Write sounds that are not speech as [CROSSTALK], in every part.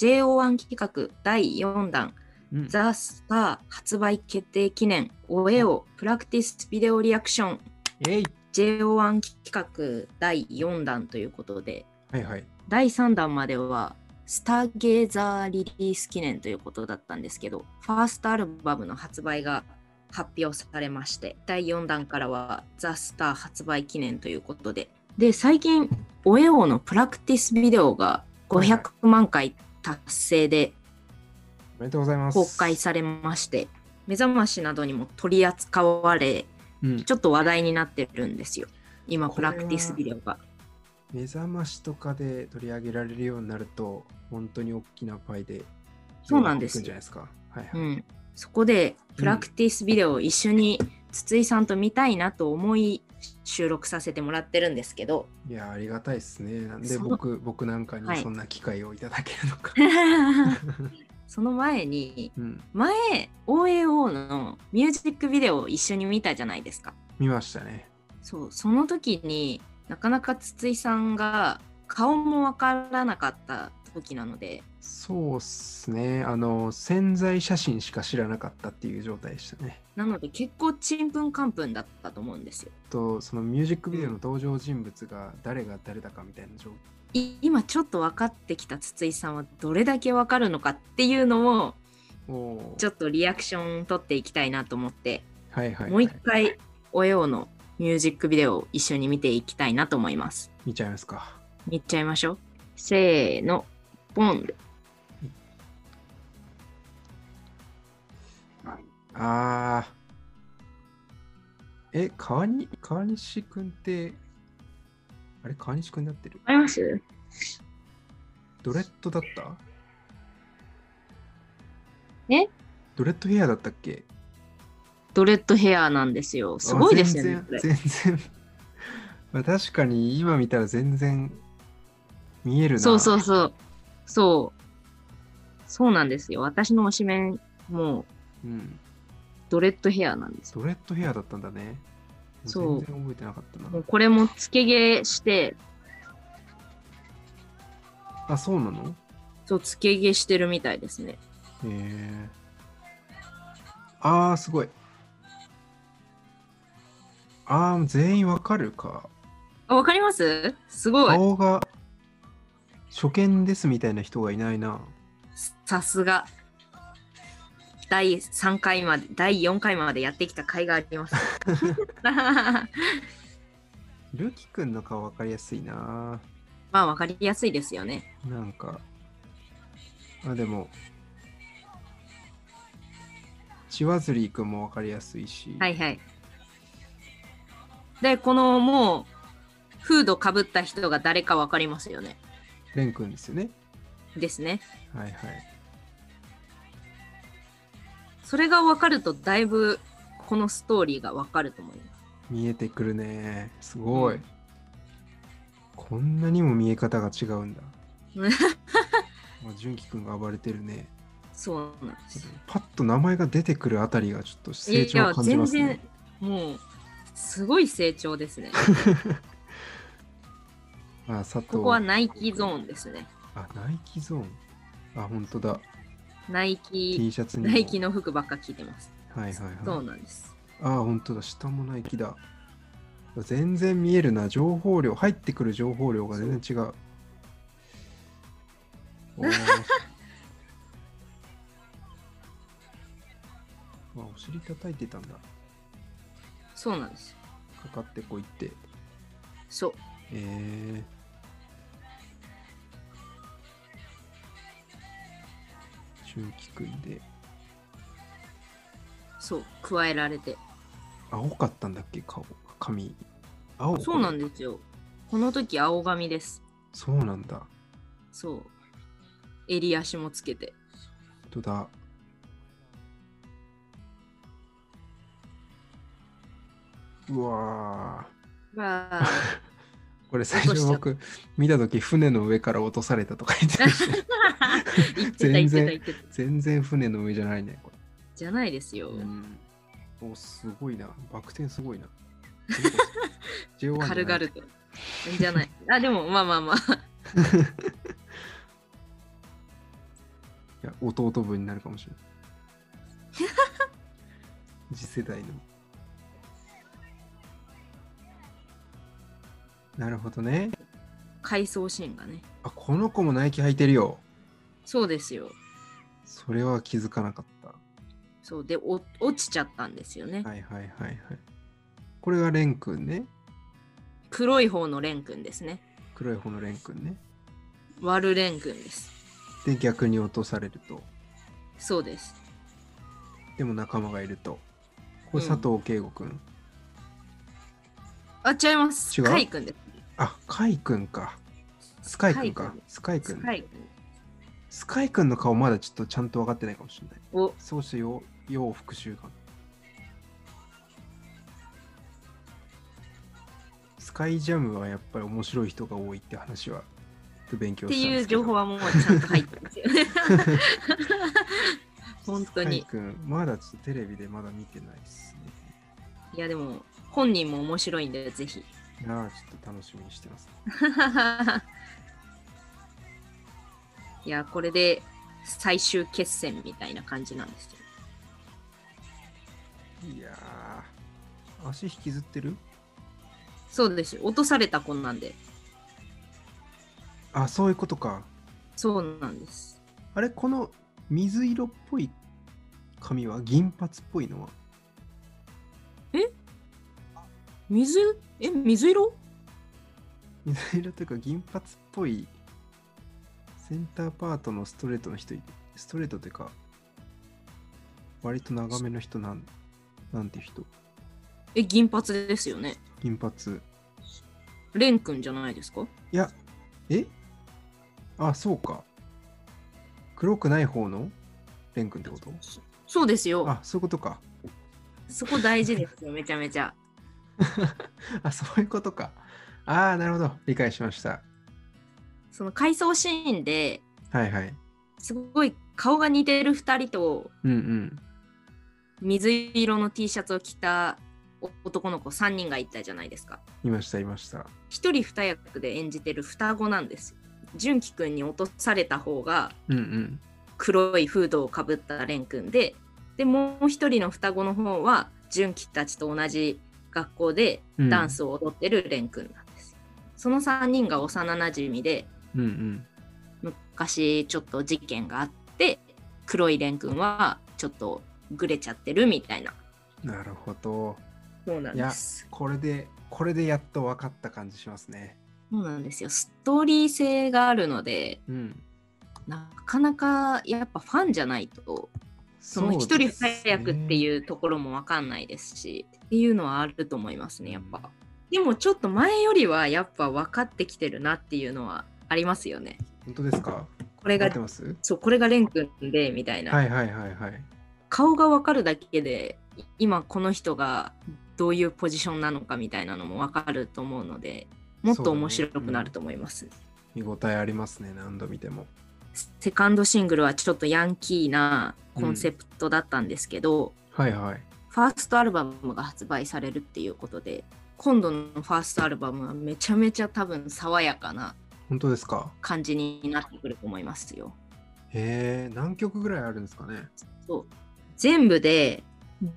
JO1 企画第4弾うんザ・スター発売決定記念オエオプラクティスビデオリアクションえい JO1 企画第4弾ということではいはい。第3弾まではスターゲーザーリリース記念ということだったんですけどファーストアルバムの発売が発表されまして第4弾からはザ・スター発売記念ということでで最近オエオのプラクティスビデオが500万回達成でおめでとうございます。公開されまして目覚ましなどにも取り扱われうん、ちょっと話題になってるんですよ今こプれはラクティスビデオが目覚ましとかで取り上げられるようになると、本当に大きなパイで、そうなんです広がっていくんじゃよないですか。はいうはい。ん、そこでプラクティスビデオを一緒に筒井さんと見たいなと思い収録させてもらってるんですけ [LAUGHS] どいや、ありがたいですね。なんでその僕、僕なんかはにいそんな機会をいただけるの [LAUGHS] か。その前にうん、前 OAO のミュージックビデオを一緒に見たじゃないですか見ましたね。そうその時になかなか筒井さんが顔もわからなかった時なのでそうっすね。あの、潜在写真しか知らなかったっていう状態でしたね。なので結構ちんぷんかんぷんだったと思うんですよと、そのミュージックビデオの登場人物が誰が誰だかみたいな状態。い今ちょっと分かってきた筒井さんはどれだけ分かるのかっていうのをおーちょっとリアクション取っていきたいなと思って、はいはい、はい。もう一回おようのミュージックビデオを一緒に見ていきたいなと思います。見ちゃいますか。見ちゃいましょう。せーの、ポンああ。え、川に、川西くんって、あれ、川西くんになってるわかりますドレッドだったえドレッドヘアだったっけドレッドヘアなんですよ。すごいですよねあ。これ全然、全然。 [LAUGHS] まあ、確かに今見たら全然見えるな。そうそうそう。そう。そうなんですよ。私の推しメン、もううん。ドレッドヘアなんですよ。ドレッドヘアだったんだね。そう全然覚えてなかったもなう。これもつけ毛して、あ、そうなのそう、つけ毛してるみたいですね。へえ。ああ、すごい。ああ、全員わかるか。あ、わかりますすごい。顔が初見ですみたいな人がいないな。さすが。第3回まで、第4回までやってきた甲斐があります。まルキ君の顔わかりやすいな。あ、わかりやすいですよね。なんか。あ、でも。チワズリー君もわかりやすいし。はいはい。で、このもう、フードかぶった人が誰かわかりますよね。レン君ですよね。ですね。はいはい。それがわかると、だいぶ、このストーリーがわかると思います。見えてくるね。すごい。うんこんなにも見え方が違うん [LAUGHS] だ。まあ、純喜くんが暴れてるね。そうなんです。パッと名前が出てくるあたりがちょっと成長を感じますいや全ね。もう、すごい成長です [LAUGHS] ね。あ、佐藤。ここはナイキゾーンですね。あ、ナイキゾーン。あ、本当だ。ナイキ、 T シャツにも。ナイキの服ばっか聞いてます。はいはいそうはい。なんです。あ、本当だ。下もナイキだ。全然見えるな。情報量、入ってくる情報量が全然違 [LAUGHS] う。おーあお尻叩いてたんだ。そうなんです。かかってこいって。そう。えー、純喜くんでそう、加えられて。青かったんだっけ顔髪青そうなんだですよ。この時、青髪です。そうなんだそう。襟足もつけて。本当だうわわーーこれ最初僕見た時船の上から落とされたとか言ってました [LAUGHS] 言ってた言全ってた然言ってた。全然船の上じゃないねこれじゃないですよ。うん、おすごいな。バク転すごい [LAUGHS] な。JO1 じゃない軽々と。じゃない。あ、でも、まあまあまあ。いや、弟分になるかもしれない。 [LAUGHS] 次世代の。なるほどね。回想シーンがね。あ、この子もナイキ履いてるよ。そうですよ。それは気づかなかっそうでお落ちちゃったんですよねた。。はいはいはいはい。これがレン君ね。黒い方のレン君ですね。黒い方のレン君ね。割るレン君です。で、逆に落とされると。そうです。でも仲間がいると。これうん佐藤圭吾君。あ、違います。違うカイ君です。あ、カイ君か。スカイ君か。スカイ君。カイ君。スカイ君の顔まだちょっとちゃんと分かってないかもしれない。お、そうしてよう、よう復讐感。スカイジャムはやっぱり面白い人が多いって話はちょっと勉強ってしたんいでうすけど。情報はもうちゃんと入ってますよ [LAUGHS] ね。本当にスカイ君、まだちょっとテレビでまだ見てないですね。いやでも本人も面白いんでぜひ。 [LAUGHS] いやーちょっと楽しみにしてます。いやこれで最終決戦みたいな感じなんですよ。いやー、足引きずってるそうです。落とされた子なんで。あ、そういうことか。そうなんです。あれ、この水色っぽい髪は銀髪っぽいのは水え水色水色というか銀髪っぽいセンターパートのストレートの人いストレートというか割と長めの人なんなんて人え銀髪ですよね。銀髪レン君じゃないですかいやえあそうか黒くない方のレン君ってことそうですよ。あそういうことかそこ大事ですよ、めちゃめちゃ。あそういうことかああなるほど理解しましたその回想シーンではいはいすごい顔が似てる2人とうんうん水色の T シャツを着た男の子3人がいたじゃないですか。いましたいました一人二役で演じてる双子なんですよ。純喜くんに落とされた方がうんうん黒いフードをかぶった蓮くんで、でもう一人の双子の方は純喜たちと同じ学校でうんダンスを踊ってる蓮くんなんですよ。その3人が幼なじみでうんうん昔ちょっと事件があって黒い蓮くんはちょっとぐれちゃってるみたいな。なるほどそうなんです。これでこれでやっと分かった感じしますね。そうなんですよ。ストーリー性があるのでうん。なかなかやっぱファンじゃないとその一人二役ってういうところもわかんないですし、っていうのはあると思いますね、やっぱ。でもちょっと前よりはやっぱ分かってきてるなっていうのはありますよね。ですね。本当ですか。これ分かがって、ます。そう、これがレン君で、みたいな。はいはいはいはい。顔が分かるだけで、今この人がどういうポジションなのかみたいなのも分かると思うので、もっと面白くなると思います。見応えありますね。何度見ても。セカンドシングルはちょっとヤンキーなコンセプトだったんですけど、はいはい。ファーストアルバムが発売されるっていうことで今度のファーストアルバムはめちゃめちゃ多分爽やかな本当ですか。感じになってくると思いますよ。へえ、何曲ぐらいあるんですかね。そう全部で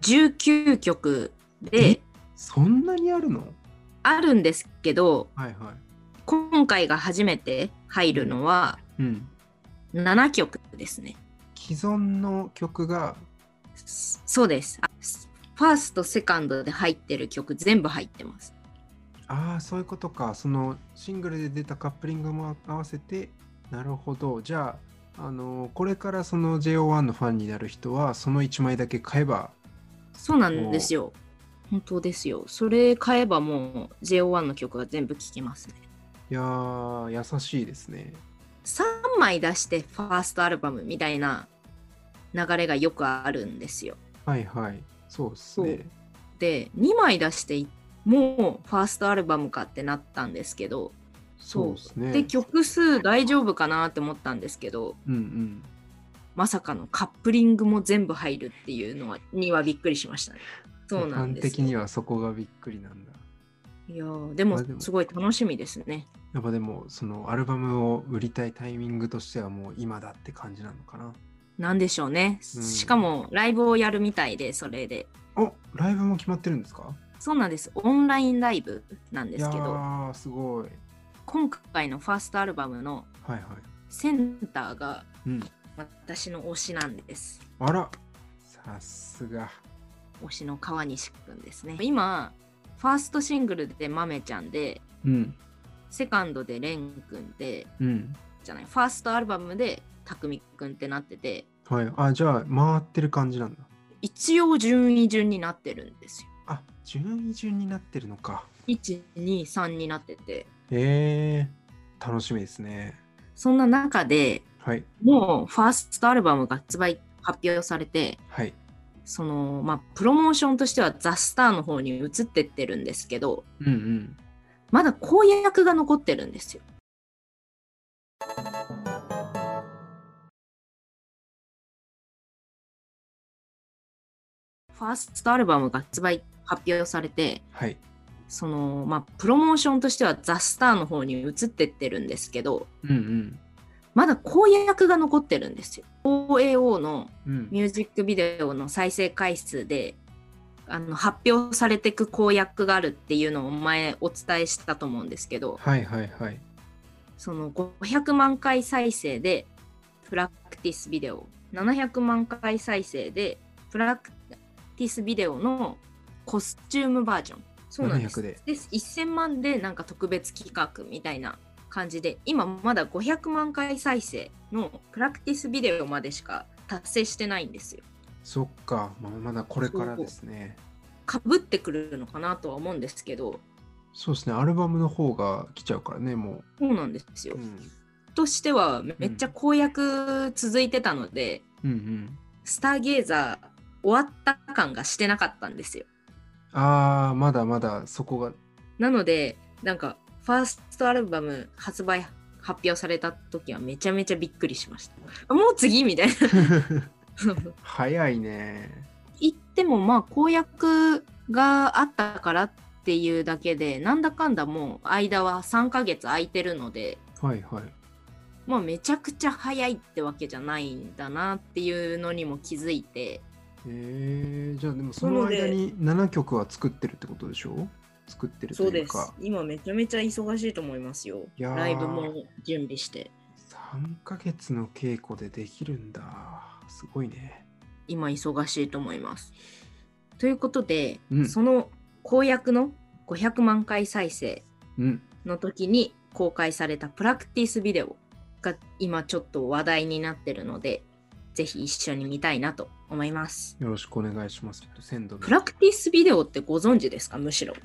19曲でえそんなにあるの。あるんですけどはいはい。今回が初めて入るのはうん。 7曲ですね。既存の曲が。そそうです。あファーストセカンドで入ってる曲全部入ってます。ああ、そういうことか。そのシングルで出たカップリングも合わせて。なるほど。じゃあ。あのこれからその JO1 のファンになる人はその1枚だけ買えばそうなんですよ。本当ですよ。それ買えばもう JO1 の曲が全部聴きますね。いやー、優しいですね。 3枚出してファーストアルバムみたいな流れがよくあるんですよ。はいはい。そうっすね。で2枚出してもうファーストアルバムかってなったんですけどそうそうっすね。で曲数大丈夫かなって思ったんですけどうんうん。まさかのカップリングも全部入るっていうのはにはびっくりしましたね。そうなんファンです的によ。はそこがびっくりなんだ。いやーでもあでもすごい楽しみですね。やっぱでも、そのアルバムを売りたいタイミングとしてはもう今だって感じなのかな。なんでしょうね、うんしかもライブをやるみたいでそれでおライブも決まってるんですかそうなんですオンラインライブなんですけいやどーすごい。今回のファーストアルバムのはいはい。センターがうん。私の推しなんですあらさすが。推しの川西くんですね今ファーストシングルでまめちゃんでうん。セカンドでれんくんでうん。じゃないファーストアルバムでたくみくんってなっててはい。あ、じゃあ回ってる感じなんだ。一応順位順になってるんですよあ、順位順になってるのか。 123になっててえー、楽しみですね。そんな中ではい。もうファーストアルバムが発売発表されてはい。そのまあプロモーションとしてはザ・スターの方に移ってってるんですけどうんうん。まだ公約が残ってるんですよファーストアルバムが発売発表されてはい。そのまあプロモーションとしてはザ・スターの方に移ってってるんですけどうんうん。まだ公約が残ってるんですよ OAO のうん。ミュージックビデオの再生回数であの発表されてく公約があるっていうのを前お伝えしたと思うんですけどはいはいはい。その500万回再生でプラクティスビデオ700万回再生でプラクティスビデオのコスチュームバージョンそうなんです700で1000万でなんか特別企画みたいな感じで今まだ500万回再生のプラクティスビデオまでしか達成してないんですよそっか、まあ、まだこれからですね。かぶってくるのかなとは思うんですけどそうですね、アルバムの方が来ちゃうからね、もそうなんですよ、う。うん。としてはめっちゃ公約続いてたので、うんうん。スターゲーザー終わった感がしてなかったんですよあー、まだまだそこが。なのでなんかファーストアルバム発売発表された時はめちゃめちゃびっくりしましたあもう次みたいな [LAUGHS] 早いね。言ってもまあ公約があったからっていうだけでなんだかんだもう間は3ヶ月空いてるのではいはい。まあ、めちゃくちゃ早いってわけじゃないんだなっていうのにも気づいてえー、じゃあでもそのなので間に7曲は作ってるってことでしょ作ってるというか今めちゃめちゃ忙しいと思いますよいやーライブも準備して3ヶ月の稽古でできるんだすごいね今忙しいと思いますということで、うんその公約の500万回再生うんの時に公開されたプラクティスビデオが今ちょっと話題になってるのでぜひ一緒に見たいなと思いますよろしくお願いします鮮度のプラクティスビデオってご存知ですかむしろ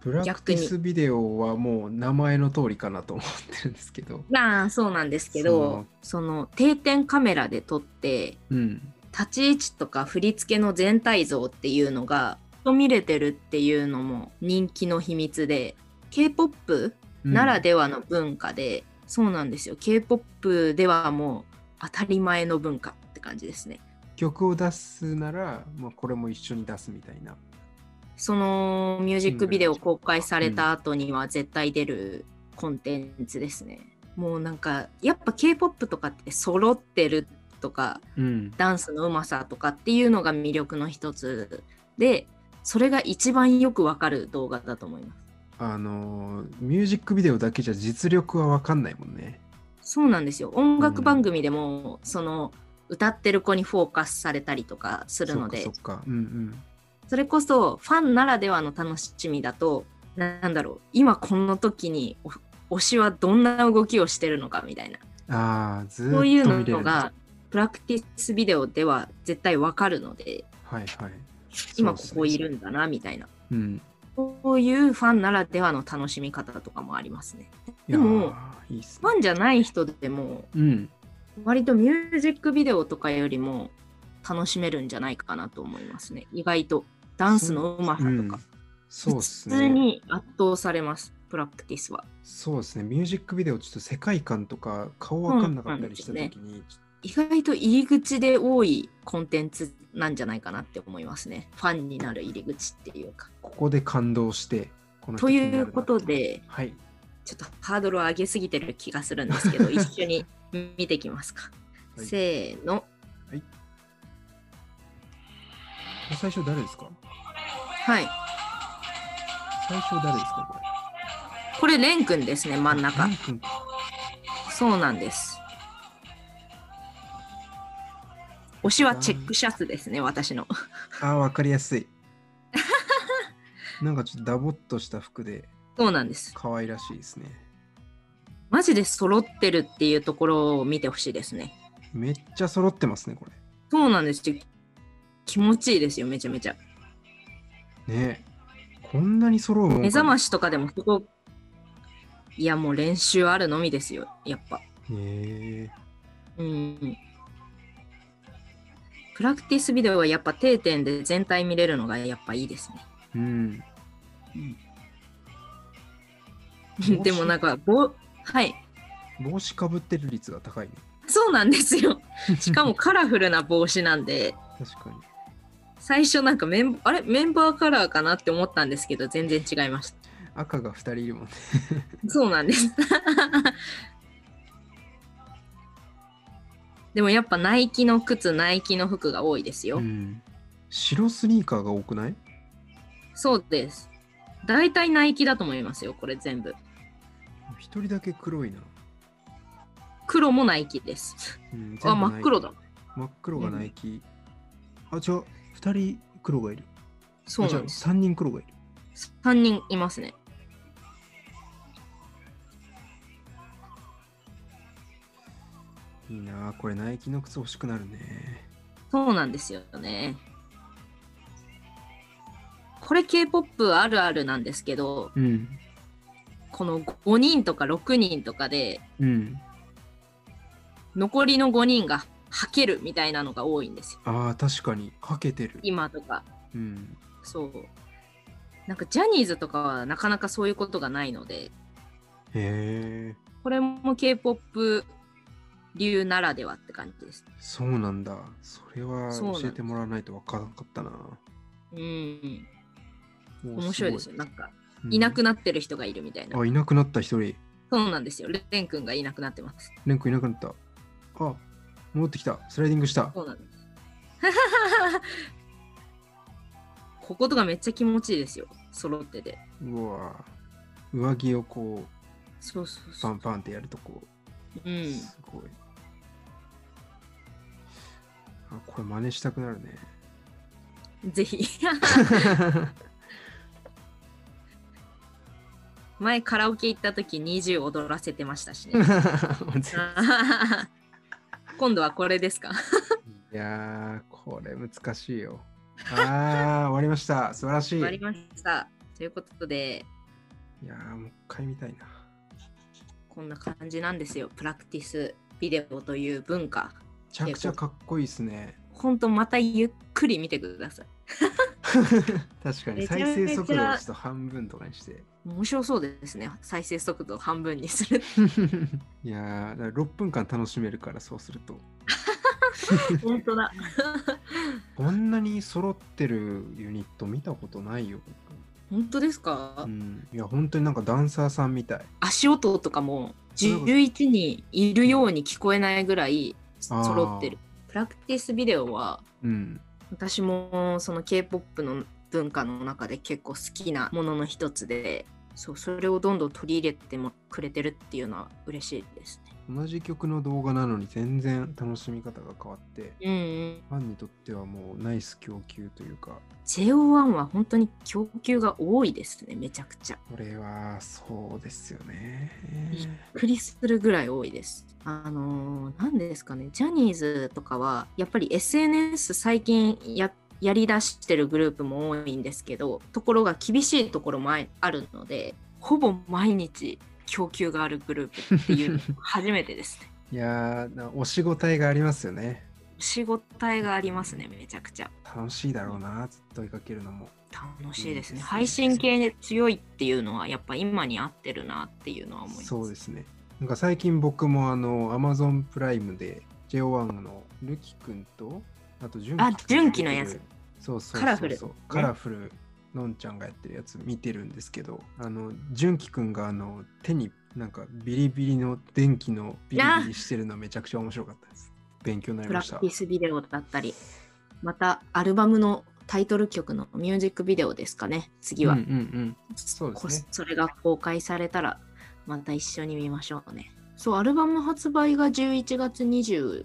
プラクティスビデオはもう名前の通りかなと思ってるんですけどまあそうなんですけどその定点カメラで撮ってうん立ち位置とか振り付けの全体像っていうのが見れてるっていうのも人気の秘密で k p o p うんならではの文化で、そうなんですよ k p o p ではもう当たり前の文化って感じですね曲を出すなら、まあ、これも一緒に出すみたいなそのミュージックビデオ公開された後には絶対出るコンテンツですね、もうなんかやっぱ k p o p とかって揃ってるとかうんダンスのうまさとかっていうのが魅力の一つでそれが一番よくわかる動画だと思いますあのーミュージックビデオだけじゃ実力は分かんないもんねそうなんですよ音楽番組でも、その歌ってる子にフォーカスされたりとかするのでそそっかそっかうんうんれこそファンならではの楽しみだとななんだろう今この時にお推しはどんな動きをしてるのかみたいなああ、ずーっとそういう見れるのがプラクティスビデオでは絶対わかるのではいはい。今こそうっすねこいるんだなみたいなうん。そういうファンならではの楽しみ方とかもありますね。でもいやー、いいっすフね。ァンじゃない人でも、うん。割とミュージックビデオとかよりも楽しめるんじゃないかなと思いますね。意外とダンスのうまさうとんか、、そうっす普通ね。に圧倒されます、プラクティスは。そうですね。ミュージックビデオ、ちょっと世界観とか顔わかんなかったりしたときに、意外と入り口で多いコンテンツなんじゃないかなって思いますね。ファンになる入り口っていうか。ここで感動して、この人と気にいなるなうこと。で、はい。ちょっとハードルを [LAUGHS] 上げすぎてる気がするんですけど、一緒に見てきますか。はいせーの。はい。最初誰ですかはい。最初誰ですかこれ。これ、レン君ですね、真ん中レン。君かそうなんです。推しはチェックシャツですね、私の。ああ、わかりや [LAUGHS] すい。なんかちょっとダボっとした服でそうなんです。可愛らしいですね。マジで揃ってるっていうところを見てほしいですね。めっちゃ揃ってますね、こそうなんですよ。気持ちいいですよ、めちゃめちゃ。れ。ねえ。こんなに揃うもんかね目覚ましとかでもそこ、いやもう練習あるのみですよ、やっぱ。へえ。うん。プラクティスビデオはやっぱ定点で全体見れるのがやっぱいいですうん。ね。でもなんか、ぼはい。帽子かぶってる率が高いね。そうなんですよ。し [LAUGHS] かも確カラフルな帽子なんで、かに。最初なんかメンあれメンバーカラーかなって思ったんですけど、全然違いました。赤が2人いるもんね。そうなんです。 [LAUGHS] でもやっぱナイキの靴、ナイキの服が多いですよ。うん。白スニーカーが多くないそうです。大体ナイキだと思いますよ、これ全部。一人だけ黒いな。黒もナイキです。うあ、ん、全部真ナっイキ黒だ。。真っ黒がナイキ。あ、違う。二人黒がいる。そうなんです。 3人黒がいる。 3人いますね。いいなあこれナイキの靴欲しくなるね。そうなんですよね。これ K-POP あるあるなんですけど、うん。この5人とか6人とかで、うん。残りの5人がはけるみたいなのが多いんですよ。ああ、確かに。かけてる。今とか。うん。そう。なんかジャニーズとかはなかなかそういうことがないので、へえ。これも K-POP 流ならではって感じです。そうなんだ。それはそうなんです教えてもらわないとわからなかったな。うん。おー面白いですよ。なんか、いなくなってる人がいるみたいな。うんあ、いなくなった一人。そうなんですよ。レン君がいなくなってます。レン君いなくなった。あ、戻ってきた。スライディングした。そうなんです。 [LAUGHS] こことかめっちゃ気持ちいいですよ。揃ってて。うわー上着をこう、そうそうそパうン。パンってやるとこうう、ん。すごい。あ、これ真似したくなる [LAUGHS] ね。ぜひ。 [LAUGHS] 前カラオケ行った時20踊らせてましたし [LAUGHS] ね。今度はこれですかいやー、これ難しいよ。あー、終わりました。素晴らしい。終わりました。ということで、いやー、もう一回見たいな。こんな感じなんですよ。プラクティスビデオという文化。めちゃくちゃかっこいいですね。ほんとまたゆっくり見てください。確かにめちゃめ再ちゃ生速度をちょっと半分とか [LAUGHS] にして。面白そうですね。再生速度を半分にする。いやー、だから6分間楽しめるから、そうすると。本当だ。こんなに揃ってるユニット見たことないよ。 [LAUGHS] 本当ですか、うん、いや、本当になんかダンサーさんみたい。足音とかも11人いるように聞こえないぐらい揃ってる。プラクティスビデオはうん。私もその K-POP の文化の中で結構好きなものの一つでそうそれをどんどん取り入れてもくれてるっていうのは嬉しいですね。同じ曲の動画なのに全然楽しみ方が変わって、うんうん、ファンにとってはもうナイス供給というか、 JO1 は本当に供給が多いですねめちゃくちゃ。これはそうですよね。びっくりするぐらい多いです。あのー何ですかねジャニーズとかはやっぱり SNS 最近ややりだしてるグループも多いんですけどところが厳しいところもああるのでほぼ毎日供給があるグループっていうの初めてですね。いやー、なお仕事いがありますよね。仕事体がありますねめちゃくちゃ。楽しいだろうな、ずっと追いかけるのも。楽しいですいいですねね。配信系で強いっていうのはやっぱ今に合ってるなっていうのは思います。そうですね。なんか最近僕もあの、Amazon プライムで JO1 のルキ君と、あと純喜あ純喜のやつ。そうそうそうそうカラフルカラフル。のんちゃんがやってるやつ見てるんですけど、あの、純喜くんがあの、手になんかビリビリの電気のビリビリしてるのめちゃくちゃ面白かったです。勉強になりプラましクたテ。ィスビデオだったり、またアルバムのタイトル曲のミュージックビデオですかね、次は。うんうんうん。そうですこね。それが公開されたら、また一緒に見ましょうね。そう、アルバム発売が11月25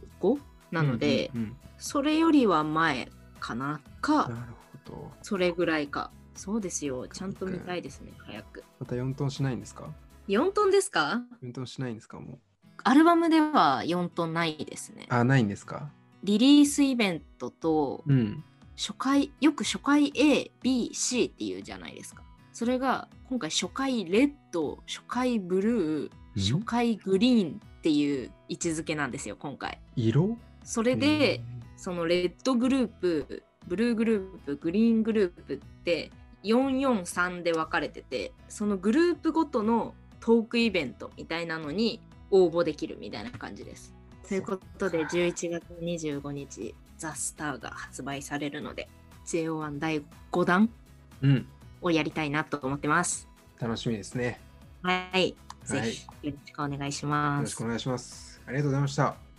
なので、うんうんそれよりは前かなか、うんなるほど。それぐらいか。そうですよ、ちゃんと見たいですね、早く。また4トンしないんですか4トンですか ?4 トンしないんですかもう。アルバムでは4トンないですね。あ、ないんですかリリースイベントとうん。初回、よく初回 A、B、C っていうじゃないですか。それが今回初回レッド、初回ブルんー、初回グリーンっていう位置づけなんですよ、今回。色それで、そのレッドグループ、ブルーグループ、グリーングループって443で分かれてて、そのグループごとのトークイベントみたいなのに応募できるみたいな感じです。ということで、11月25日、ザ・スターが発売されるので、JO1 第5弾うん。をやりたいなと思ってます。楽しみですね。はい。はぜい。ひよろしくお願いしよまろすしく。お願いします。ありがとうございました。